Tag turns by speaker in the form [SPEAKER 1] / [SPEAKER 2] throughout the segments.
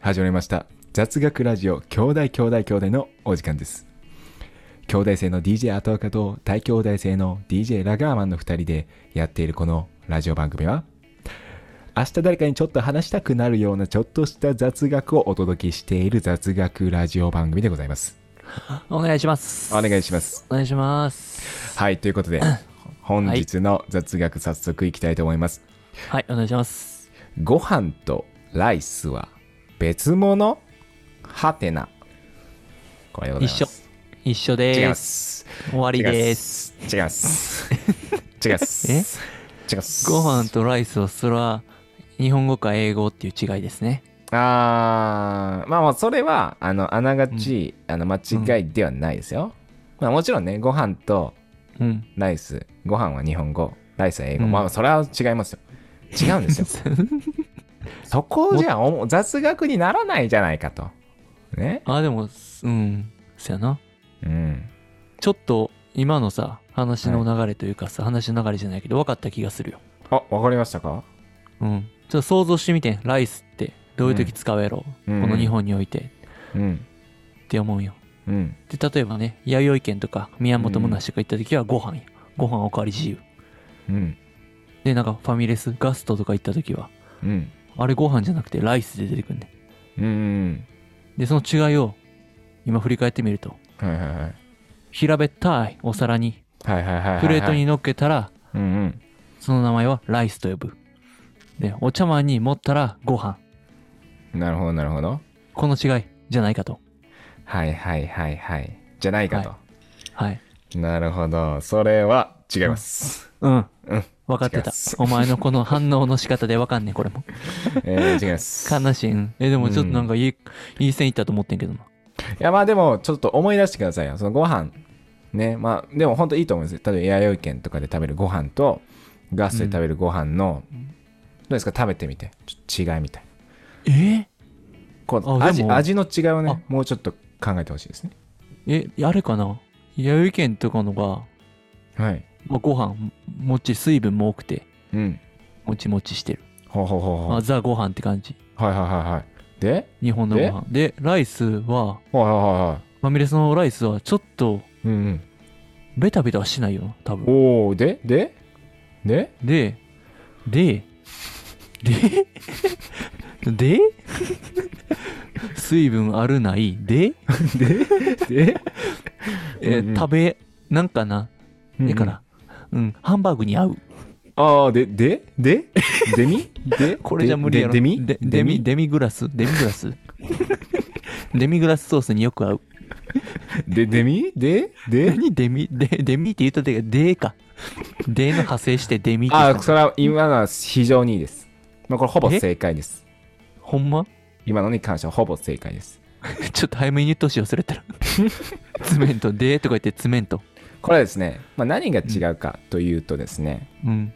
[SPEAKER 1] 始まりました雑学ラジオ兄弟兄弟兄弟のお時間です兄弟生の DJ アトアカと大兄弟生の DJ ラガーマンの2人でやっているこのラジオ番組は明日誰かにちょっと話したくなるようなちょっとした雑学をお届けしている雑学ラジオ番組でございます
[SPEAKER 2] お願いします。
[SPEAKER 1] お願い
[SPEAKER 2] し
[SPEAKER 1] します
[SPEAKER 2] お願いします。
[SPEAKER 1] はいということで本日の雑学早速いきたいと思います、
[SPEAKER 2] はい、お願いします。
[SPEAKER 1] ご飯とライスは別物はてなこれでございます
[SPEAKER 2] 一緒一緒で。
[SPEAKER 1] 違いますす
[SPEAKER 2] 終わりです。
[SPEAKER 1] 違います違います
[SPEAKER 2] え
[SPEAKER 1] 違います
[SPEAKER 2] ご飯とライスはそれは日本語か英語っていう違いですね。
[SPEAKER 1] あーまあまあそれはあのあながち、あの間違いではないですよ、まあもちろんねご飯と
[SPEAKER 2] うん。
[SPEAKER 1] ライスご飯は日本語ライスは英語、
[SPEAKER 2] うん
[SPEAKER 1] まあそれは違いますよ違うんです よそこじゃお雑学にならないじゃないかとね
[SPEAKER 2] あ、でも、うん。そやな。
[SPEAKER 1] うん
[SPEAKER 2] ちょっと今のさ、話の流れというかさ、話の流れじゃないけど分かった気がするよ。
[SPEAKER 1] あわかりましたか
[SPEAKER 2] うん。ちょっと想像してみてん、ライスってどういう時使うやろ、
[SPEAKER 1] うん
[SPEAKER 2] この日本において
[SPEAKER 1] うん
[SPEAKER 2] って思うよ。
[SPEAKER 1] うん
[SPEAKER 2] で、例えばね、弥生県とか宮本むなしとか行った時はご飯や。ご飯おかわり自由。
[SPEAKER 1] うん
[SPEAKER 2] でなんかファミレスガストとか行った時は
[SPEAKER 1] うん
[SPEAKER 2] あれご飯じゃなくてライスで出てくるね
[SPEAKER 1] うん
[SPEAKER 2] でその違いを今振り返ってみると
[SPEAKER 1] はいはいはい
[SPEAKER 2] 平べったいお皿に
[SPEAKER 1] はいはいはいはいはい
[SPEAKER 2] プレートに乗っけたら
[SPEAKER 1] うんうん
[SPEAKER 2] その名前はライスと呼ぶでお茶碗に盛ったらご飯
[SPEAKER 1] なるほどなるほど
[SPEAKER 2] この違いじゃないかと
[SPEAKER 1] はいはいはいはいじゃないかと、
[SPEAKER 2] ははい
[SPEAKER 1] なるほどそれは違います、
[SPEAKER 2] うん
[SPEAKER 1] うん
[SPEAKER 2] 分かって
[SPEAKER 1] 違いま
[SPEAKER 2] た
[SPEAKER 1] す
[SPEAKER 2] お前のこの反応の仕方で分かんねえこれも
[SPEAKER 1] えー違い ます
[SPEAKER 2] 悲しい、うんえでもちょっとなんかいい、いい線いったと思ってんけどない
[SPEAKER 1] やまあでもちょっと思い出してくださいよそのご飯ねまあでも本当いいと思うんですよ例えば弥生県とかで食べるご飯とガストで食べるご飯の、どうですか食べてみてちょっと違いみたい
[SPEAKER 2] え
[SPEAKER 1] こう
[SPEAKER 2] あ
[SPEAKER 1] 味
[SPEAKER 2] でも
[SPEAKER 1] 味の違いをねもうちょっと考えてほしいですね
[SPEAKER 2] えあれかな弥生県とかのが
[SPEAKER 1] はい
[SPEAKER 2] まあ、ご飯ももっちり水分も多くて
[SPEAKER 1] うん
[SPEAKER 2] もちもちしてる、
[SPEAKER 1] ほうほうほうほう
[SPEAKER 2] まあ、ザご飯って感じ
[SPEAKER 1] はいはいはいはいで
[SPEAKER 2] 日本のご飯でライスは
[SPEAKER 1] はいはいはいは
[SPEAKER 2] ファミレスのライスはちょっと
[SPEAKER 1] いうん
[SPEAKER 2] ベタベタはしないよ多
[SPEAKER 1] うん
[SPEAKER 2] 分
[SPEAKER 1] おおででで
[SPEAKER 2] でででで水分あるないで、
[SPEAKER 1] で
[SPEAKER 2] え
[SPEAKER 1] うんうん
[SPEAKER 2] 食べなんかなだからうんハンバーグに合う
[SPEAKER 1] ああでででデ ミで
[SPEAKER 2] これじゃ無理やろ
[SPEAKER 1] でデミ
[SPEAKER 2] でデミデミグラスデミグラス デミグラスソースによく合う
[SPEAKER 1] でデミでで
[SPEAKER 2] 何デミ、デ デミって言った時がデーか。デーの派生してデミって言った
[SPEAKER 1] あ、それは今のは非常にいいです。まあ、これほぼ正解です。
[SPEAKER 2] ほんま
[SPEAKER 1] 今のに関してはほぼ正解です。
[SPEAKER 2] ちょっと早めに言ってほしいよ、それ やったら。ツメント、デーとか言ってツメント。
[SPEAKER 1] これはですね、まあ、何が違うかというとですね、
[SPEAKER 2] うん。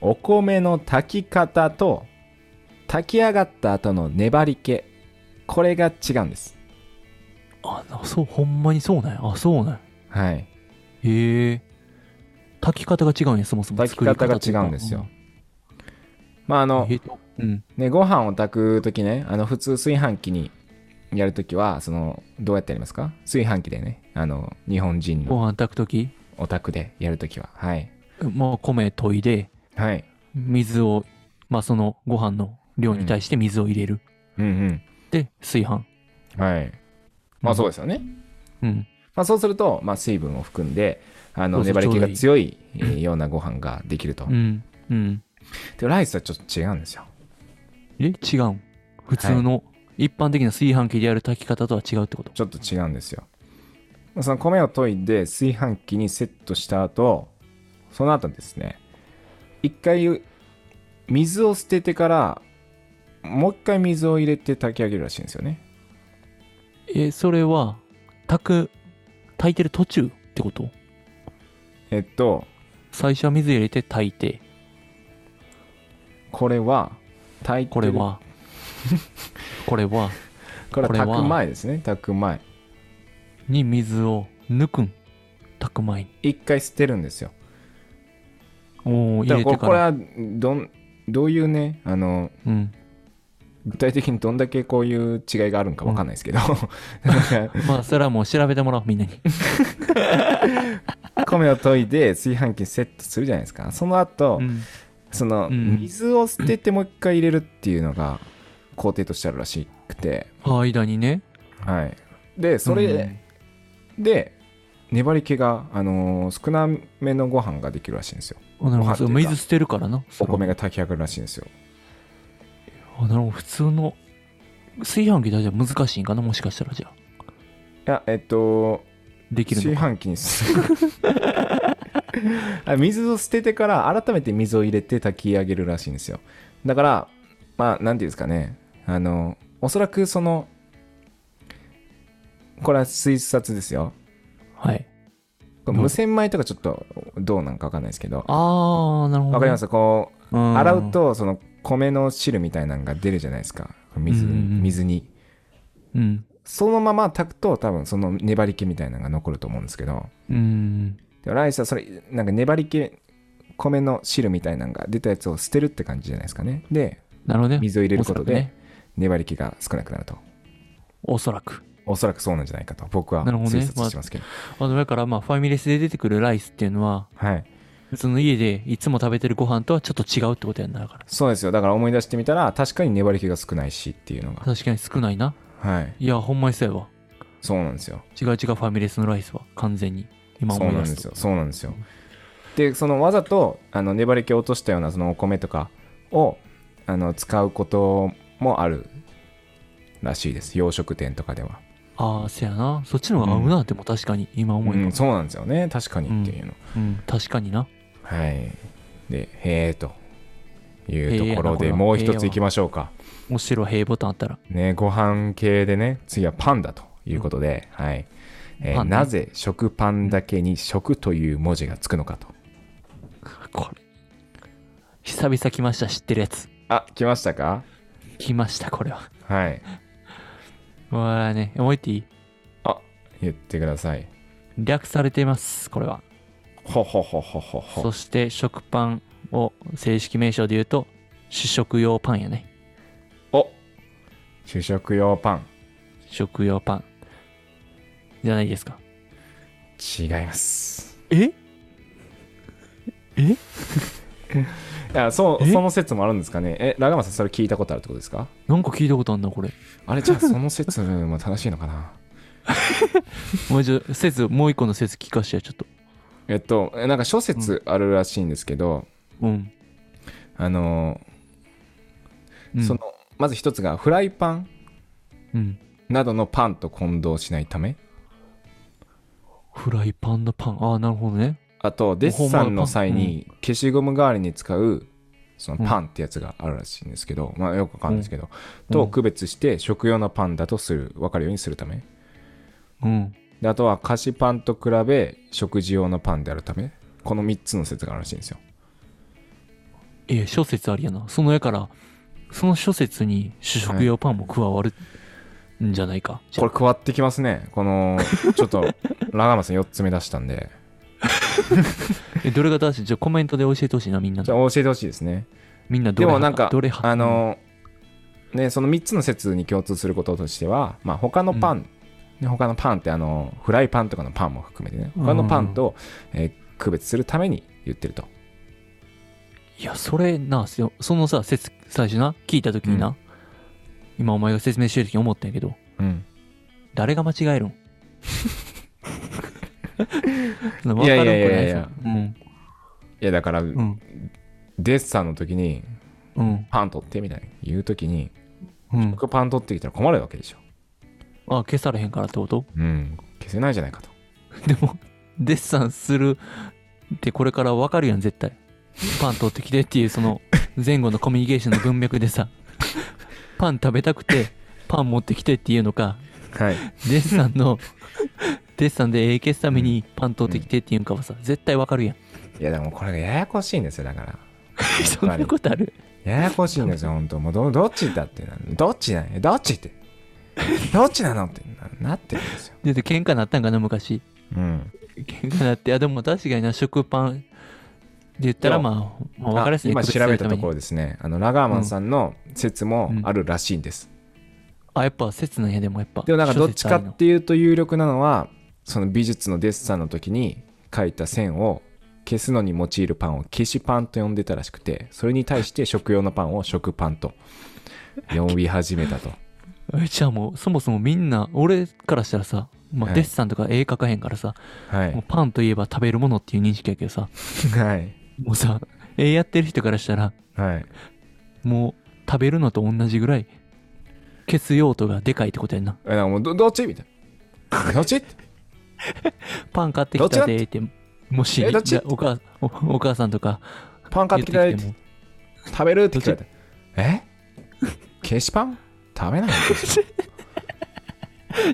[SPEAKER 1] お米の炊き方と炊き上がった後の粘り気、これが違うんです。
[SPEAKER 2] あ、なそう、ほんまにそうなんや。あ、そうなんや。
[SPEAKER 1] はい。
[SPEAKER 2] へえ。炊き方が違うんや、そもそも。
[SPEAKER 1] 炊き方が
[SPEAKER 2] 作り
[SPEAKER 1] 違
[SPEAKER 2] とか
[SPEAKER 1] うんですよ。。まあ、あの
[SPEAKER 2] え、っとうん。
[SPEAKER 1] ね、ご飯を炊くときね、あの、普通炊飯器にやるときは、その、どうやってやりますか炊飯器でね、あの、日本人
[SPEAKER 2] ご
[SPEAKER 1] の
[SPEAKER 2] 飯炊くとき、
[SPEAKER 1] お宅でやるときは。はい。
[SPEAKER 2] もう米研いで、
[SPEAKER 1] はい。
[SPEAKER 2] 水を、まあそのご飯の量に対して水を入れる。
[SPEAKER 1] うんうん。
[SPEAKER 2] で、炊飯。
[SPEAKER 1] はい。まあそう
[SPEAKER 2] う
[SPEAKER 1] ですよね。
[SPEAKER 2] ん。うん。
[SPEAKER 1] まあそうすると、まあ水分を含んで、あの、
[SPEAKER 2] そうそう
[SPEAKER 1] 粘り気が強いえーようなご飯ができると
[SPEAKER 2] う。ん。うん。
[SPEAKER 1] で、ライスはちょっと違うんですよ。
[SPEAKER 2] え違うん普通の一般的な炊飯器でやる炊き方とは違うってこと
[SPEAKER 1] ちょっと違うんですよ。まあその米を研いで炊飯器にセットした後、その後ですね、一回水を捨ててから、もう一回水を入れて炊き上げるらしいんですよね。
[SPEAKER 2] えそれは炊く炊いてる途中ってこと
[SPEAKER 1] えっと、
[SPEAKER 2] 最初は水入れて炊いて
[SPEAKER 1] これは、炊いて
[SPEAKER 2] これ
[SPEAKER 1] る
[SPEAKER 2] はこれは
[SPEAKER 1] これは
[SPEAKER 2] これは
[SPEAKER 1] 炊く前ですね、炊く前。
[SPEAKER 2] に水を抜くん炊く前に
[SPEAKER 1] 一回捨てるんですよ。
[SPEAKER 2] おお
[SPEAKER 1] だから
[SPEAKER 2] 入れ
[SPEAKER 1] これ
[SPEAKER 2] て
[SPEAKER 1] こ
[SPEAKER 2] か
[SPEAKER 1] れ
[SPEAKER 2] ら
[SPEAKER 1] はどんどういうねあの
[SPEAKER 2] うん
[SPEAKER 1] 具体的にどんだけこういう違いがあるんかわかんないですけど、 なんか
[SPEAKER 2] まあそれはもう調べてもらおうみん なに
[SPEAKER 1] 米を研いで炊飯器にセットするじゃないですかその後、
[SPEAKER 2] うん
[SPEAKER 1] その
[SPEAKER 2] うん
[SPEAKER 1] 水を捨ててもう一回入れるっていうのが工程としてあるらしくて、
[SPEAKER 2] 間にね
[SPEAKER 1] はい、でそれで粘り気が、あのー少なめのご飯ができるらしいんですよ
[SPEAKER 2] うんあなる
[SPEAKER 1] ご飯
[SPEAKER 2] ほ
[SPEAKER 1] っ
[SPEAKER 2] ど
[SPEAKER 1] てい
[SPEAKER 2] そうう
[SPEAKER 1] か
[SPEAKER 2] 水捨てるからな
[SPEAKER 1] お米が炊き上がるらしいんですよ
[SPEAKER 2] あなるほど普通の炊飯器だじゃ難しいんかなもしかしたらじゃあ
[SPEAKER 1] いやえっと
[SPEAKER 2] できる
[SPEAKER 1] 炊
[SPEAKER 2] のか
[SPEAKER 1] 飯器にす あ水を捨ててから改めて水を入れて炊き上げるらしいんですよだからまあ何ていうんですかねあのおそらくそのこれは推察ですよ
[SPEAKER 2] はい
[SPEAKER 1] これ無洗米とかちょっとどうなんか分かんないですけど
[SPEAKER 2] ああなるほど
[SPEAKER 1] わかりますこう
[SPEAKER 2] うん
[SPEAKER 1] 洗うとその米の汁みたいなのが出るじゃないですか水
[SPEAKER 2] うんうんうん
[SPEAKER 1] 水に
[SPEAKER 2] うん
[SPEAKER 1] そのまま炊くと多分その粘り気みたいなのが残ると思うんですけど
[SPEAKER 2] うん
[SPEAKER 1] でもライスはそれなんか粘り気米の汁みたいなのが出たやつを捨てるって感じじゃないですかねで
[SPEAKER 2] なるほどね
[SPEAKER 1] 水を入れること
[SPEAKER 2] おそらく
[SPEAKER 1] で
[SPEAKER 2] ね
[SPEAKER 1] 粘り気が少なくなると
[SPEAKER 2] おそらく
[SPEAKER 1] おそらくそうなんじゃないかと僕は
[SPEAKER 2] なるほどね
[SPEAKER 1] 推察してますけど
[SPEAKER 2] あのだからまあファミレスで出てくるライスっていうのは
[SPEAKER 1] はい
[SPEAKER 2] 普通の家でいつも食べてるご飯とはちょっと違うってことやんなだから
[SPEAKER 1] そうですよだから思い出してみたら確かに粘り気が少ないしっていうのが
[SPEAKER 2] 確かに少ないな
[SPEAKER 1] はい
[SPEAKER 2] いやほんまにそうやわ
[SPEAKER 1] そうなんですよ
[SPEAKER 2] 違う違うファミレスのライスは完全に今
[SPEAKER 1] そう
[SPEAKER 2] 思い
[SPEAKER 1] なん
[SPEAKER 2] 出
[SPEAKER 1] ですす
[SPEAKER 2] と
[SPEAKER 1] よそうなんですよでそのわざとあの粘り気を落としたようなそのお米とかをあの使うこともあるらしいです洋食店とかでは
[SPEAKER 2] ああせやなそっちの方が合うなでも確かに今思い
[SPEAKER 1] うん
[SPEAKER 2] ます
[SPEAKER 1] そうなんですよね確かにっていうの、
[SPEAKER 2] うん確かにな
[SPEAKER 1] はいでへえというところ
[SPEAKER 2] へえ
[SPEAKER 1] で
[SPEAKER 2] やな
[SPEAKER 1] もう
[SPEAKER 2] こ
[SPEAKER 1] 一
[SPEAKER 2] れ
[SPEAKER 1] ついきましょうか
[SPEAKER 2] もしろ平ボタンあったら
[SPEAKER 1] ねご飯系でね次はパンだということで、はいえー
[SPEAKER 2] パンね
[SPEAKER 1] なぜ食パンだけに食という文字がつくのかと
[SPEAKER 2] これ久々来ました知ってるやつ
[SPEAKER 1] あ来ましたか
[SPEAKER 2] 来ましたこれは
[SPEAKER 1] はい
[SPEAKER 2] わあね思いっていい
[SPEAKER 1] 言ってください
[SPEAKER 2] 略されていますこれは
[SPEAKER 1] ほほほほほほ
[SPEAKER 2] そして食パンを正式名称で言うと主食用パンやね
[SPEAKER 1] お主食用パン
[SPEAKER 2] 食用パンじゃないですか
[SPEAKER 1] 違います
[SPEAKER 2] え
[SPEAKER 1] いやそう
[SPEAKER 2] え
[SPEAKER 1] その説もあるんですかねえラガマさんそれ聞いたことあるってことですか
[SPEAKER 2] なんか聞いたことあんなこれ
[SPEAKER 1] あれじゃあその説も正しいのかな
[SPEAKER 2] もう一度説もう一個の説聞かしてやちょっと
[SPEAKER 1] えっとえなんか諸説あるらしいんですけど、
[SPEAKER 2] うん、
[SPEAKER 1] あの
[SPEAKER 2] うん、
[SPEAKER 1] そのまず一つがフライパン
[SPEAKER 2] うん
[SPEAKER 1] などのパンと混同しないため
[SPEAKER 2] フライパンのパンああなるほどね
[SPEAKER 1] あとデッサンの際
[SPEAKER 2] ほんま
[SPEAKER 1] に消しゴム代わりに使うそのパンってやつがあるらしいんですけど、まあよくわかんないですけど、と区別して食用のパンだとする分かるようにするため
[SPEAKER 2] うん
[SPEAKER 1] であとは菓子パンと比べ食事用のパンであるためこの3つの説があるらしいんですよ
[SPEAKER 2] ええ諸説ありやなそのやからその諸説に主食用パンも加わるんじゃないか、じ
[SPEAKER 1] こ
[SPEAKER 2] ゃあ
[SPEAKER 1] れ加わってきますねこのちょっ とラガマさん4つ目出したんで
[SPEAKER 2] えどれが正しいじゃあコメントで教えてほしいなみんな
[SPEAKER 1] じゃあ教えてほしいですね
[SPEAKER 2] みんなど
[SPEAKER 1] で
[SPEAKER 2] れ
[SPEAKER 1] も
[SPEAKER 2] 派
[SPEAKER 1] なんか
[SPEAKER 2] どれ派
[SPEAKER 1] あのねその3つの説に共通することとしては、まあ、他のパン、ね他のパンってあのフライパンとかのパンも含めてね他のパンと、えー区別するために言ってると
[SPEAKER 2] いやそれなすよそのさ説最初な聞いた時にな、
[SPEAKER 1] う
[SPEAKER 2] 今お前が説明してる時に思ったんやけど
[SPEAKER 1] うん
[SPEAKER 2] 誰が間違え るんそんな分
[SPEAKER 1] い
[SPEAKER 2] か
[SPEAKER 1] や
[SPEAKER 2] る
[SPEAKER 1] いや
[SPEAKER 2] ん
[SPEAKER 1] い
[SPEAKER 2] くな
[SPEAKER 1] や
[SPEAKER 2] い
[SPEAKER 1] いや
[SPEAKER 2] うん
[SPEAKER 1] いやだから、
[SPEAKER 2] うん
[SPEAKER 1] デッサンの時に
[SPEAKER 2] うん
[SPEAKER 1] パン取ってみたいな言う時に
[SPEAKER 2] うん
[SPEAKER 1] 僕パン取ってきたら困るわけでしょ
[SPEAKER 2] あ消されへんからってこと
[SPEAKER 1] うん消せないじゃないかと
[SPEAKER 2] でもデッサンするってこれから分かるやん絶対パン取ってきてっていうその前後のコミュニケーションの文脈 でさパン食べたくてパン持ってきてっていうのか
[SPEAKER 1] はい
[SPEAKER 2] デッサンの デッサンで絵消すためにパン取ってきてっていうんかはさ絶対わかるやん
[SPEAKER 1] いやでもこれがややこしいんですよだから
[SPEAKER 2] そんなことある
[SPEAKER 1] ややこしいんですよ本当もうどどっちだってなどっちなんやどっちってどっちなのってななってるんですよ
[SPEAKER 2] で喧嘩なったんかな昔
[SPEAKER 1] うん
[SPEAKER 2] 喧嘩なってあでも確かにな食パン言ったら、まあ、まあ、分かりやすい
[SPEAKER 1] 今調べたとこ
[SPEAKER 2] ろ。
[SPEAKER 1] ろですねあのラガーマンさんの説もあるらしいんです、
[SPEAKER 2] あ、やっぱ、説なんや、でもやっぱ。
[SPEAKER 1] でもなんかどっちかっ
[SPEAKER 2] 諸説
[SPEAKER 1] ていうと有力なのはその美術のデッサンの時に描いた線を消すのに用いるパンを消しパンと呼んでたらしくてそれに対して食用のパンを食パン と呼び始めたと
[SPEAKER 2] あるのえじゃあもう、そもそもみんな、俺からしたらさ、ま
[SPEAKER 1] は
[SPEAKER 2] あ、
[SPEAKER 1] い
[SPEAKER 2] デッサンとか絵描かへんからさ、
[SPEAKER 1] はい
[SPEAKER 2] もうパンといえば食べるものっていう認識やけどさ、
[SPEAKER 1] はい
[SPEAKER 2] もうさ、絵やってる人からしたら、
[SPEAKER 1] はい
[SPEAKER 2] もう、食べるのと同じぐらい、消す用途がでかいってことやんな。
[SPEAKER 1] えなんかもうどどっちみたいなどっちって
[SPEAKER 2] パン買ってきたでーって、もし、
[SPEAKER 1] えどっち
[SPEAKER 2] だお母おお母さんとか
[SPEAKER 1] パン買
[SPEAKER 2] 言
[SPEAKER 1] っ
[SPEAKER 2] って
[SPEAKER 1] き
[SPEAKER 2] て
[SPEAKER 1] たよ
[SPEAKER 2] きても、
[SPEAKER 1] 食べるって聞かれたえ消しパン食べない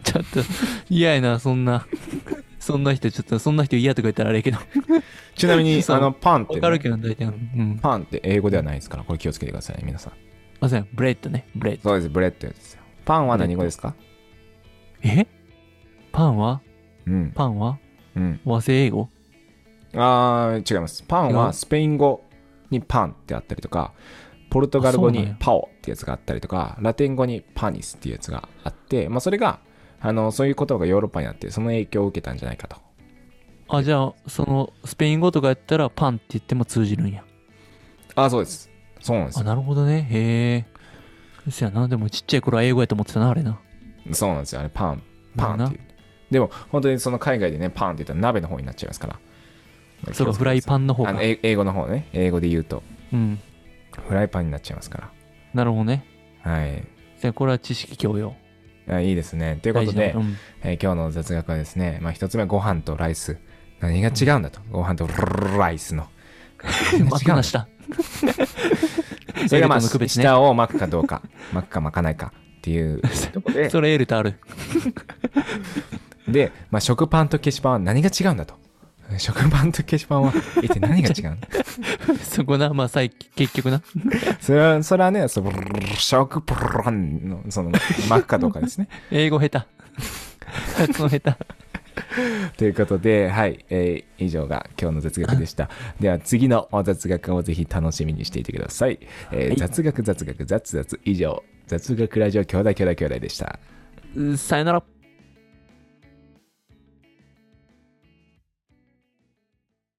[SPEAKER 2] ちょっと嫌やな、そんな。そんな人、ちょっと、そんな人嫌とか言ったらあれやけど。
[SPEAKER 1] ちなみに
[SPEAKER 2] そう
[SPEAKER 1] あのパンってね、
[SPEAKER 2] わかるけど、大体。うん。
[SPEAKER 1] パンって英語ではないですからこれ気をつけてくださいね皆さん
[SPEAKER 2] あ、そうや、ブレッドね、ブレッド。
[SPEAKER 1] そうですブレッドですよパンは何語ですか
[SPEAKER 2] えパンは
[SPEAKER 1] うん
[SPEAKER 2] パンは
[SPEAKER 1] うん
[SPEAKER 2] 和製英語
[SPEAKER 1] あー違いますパン
[SPEAKER 2] 違
[SPEAKER 1] は
[SPEAKER 2] う
[SPEAKER 1] スペイン語にパンってあったりとかポルトガル語
[SPEAKER 2] あそうなん
[SPEAKER 1] に
[SPEAKER 2] や
[SPEAKER 1] パオってやつがあったりとかラテン語にパニスっていうやつがあって、まあ、それがあのそういうことがヨーロッパにあってその影響を受けたんじゃないかと
[SPEAKER 2] あ、じゃあ、その、スペイン語とかやったら、パンって言っても通じるんや。
[SPEAKER 1] あそうですそうなんです
[SPEAKER 2] あ、
[SPEAKER 1] よ
[SPEAKER 2] なるほどね。へえ。そやな、でもちっちゃい頃は英語やと思ってたな、あれな。
[SPEAKER 1] そうなんですよあれパンパンっていうでも本当にその海外でねパンって言ったら鍋の方になっちゃいますから
[SPEAKER 2] そうか、フライパンの方
[SPEAKER 1] あ
[SPEAKER 2] か
[SPEAKER 1] の。え英語の方ね英語で言うと
[SPEAKER 2] うん。
[SPEAKER 1] フライパンになっちゃいますか
[SPEAKER 2] なるほどね。
[SPEAKER 1] らはい
[SPEAKER 2] じゃあ、これは知識教養。
[SPEAKER 1] あいいですねというこ
[SPEAKER 2] 大
[SPEAKER 1] と
[SPEAKER 2] 事な
[SPEAKER 1] で
[SPEAKER 2] う、 ん。
[SPEAKER 1] えー今日の雑学はですね、まあ、一つ目はご飯とライス何が違うんだと、ご飯とライス の何が
[SPEAKER 2] ま
[SPEAKER 1] 違
[SPEAKER 2] く
[SPEAKER 1] うん
[SPEAKER 2] な
[SPEAKER 1] だ
[SPEAKER 2] した。
[SPEAKER 1] それがまあ
[SPEAKER 2] エルトの区別ね
[SPEAKER 1] 下を巻くかどうか 巻くか巻かないかっていうとこで
[SPEAKER 2] それエルとある。
[SPEAKER 1] で、まあ、食パンと消しパンは何が違うんだと食パンと消しパンは一体何が違うんだ
[SPEAKER 2] そこな、まあ、さい結局な。
[SPEAKER 1] それはそれはねその食パンのその巻くかどうかです ね
[SPEAKER 2] 英語下手。発音下手。
[SPEAKER 1] ということで、はい、えー以上が今日の雑学でした。では次の雑学をぜひ楽しみにしていてください。えー
[SPEAKER 2] はい
[SPEAKER 1] 雑学雑学雑雑以上、雑学ラジオ兄弟兄弟兄弟でした。
[SPEAKER 2] さよなら。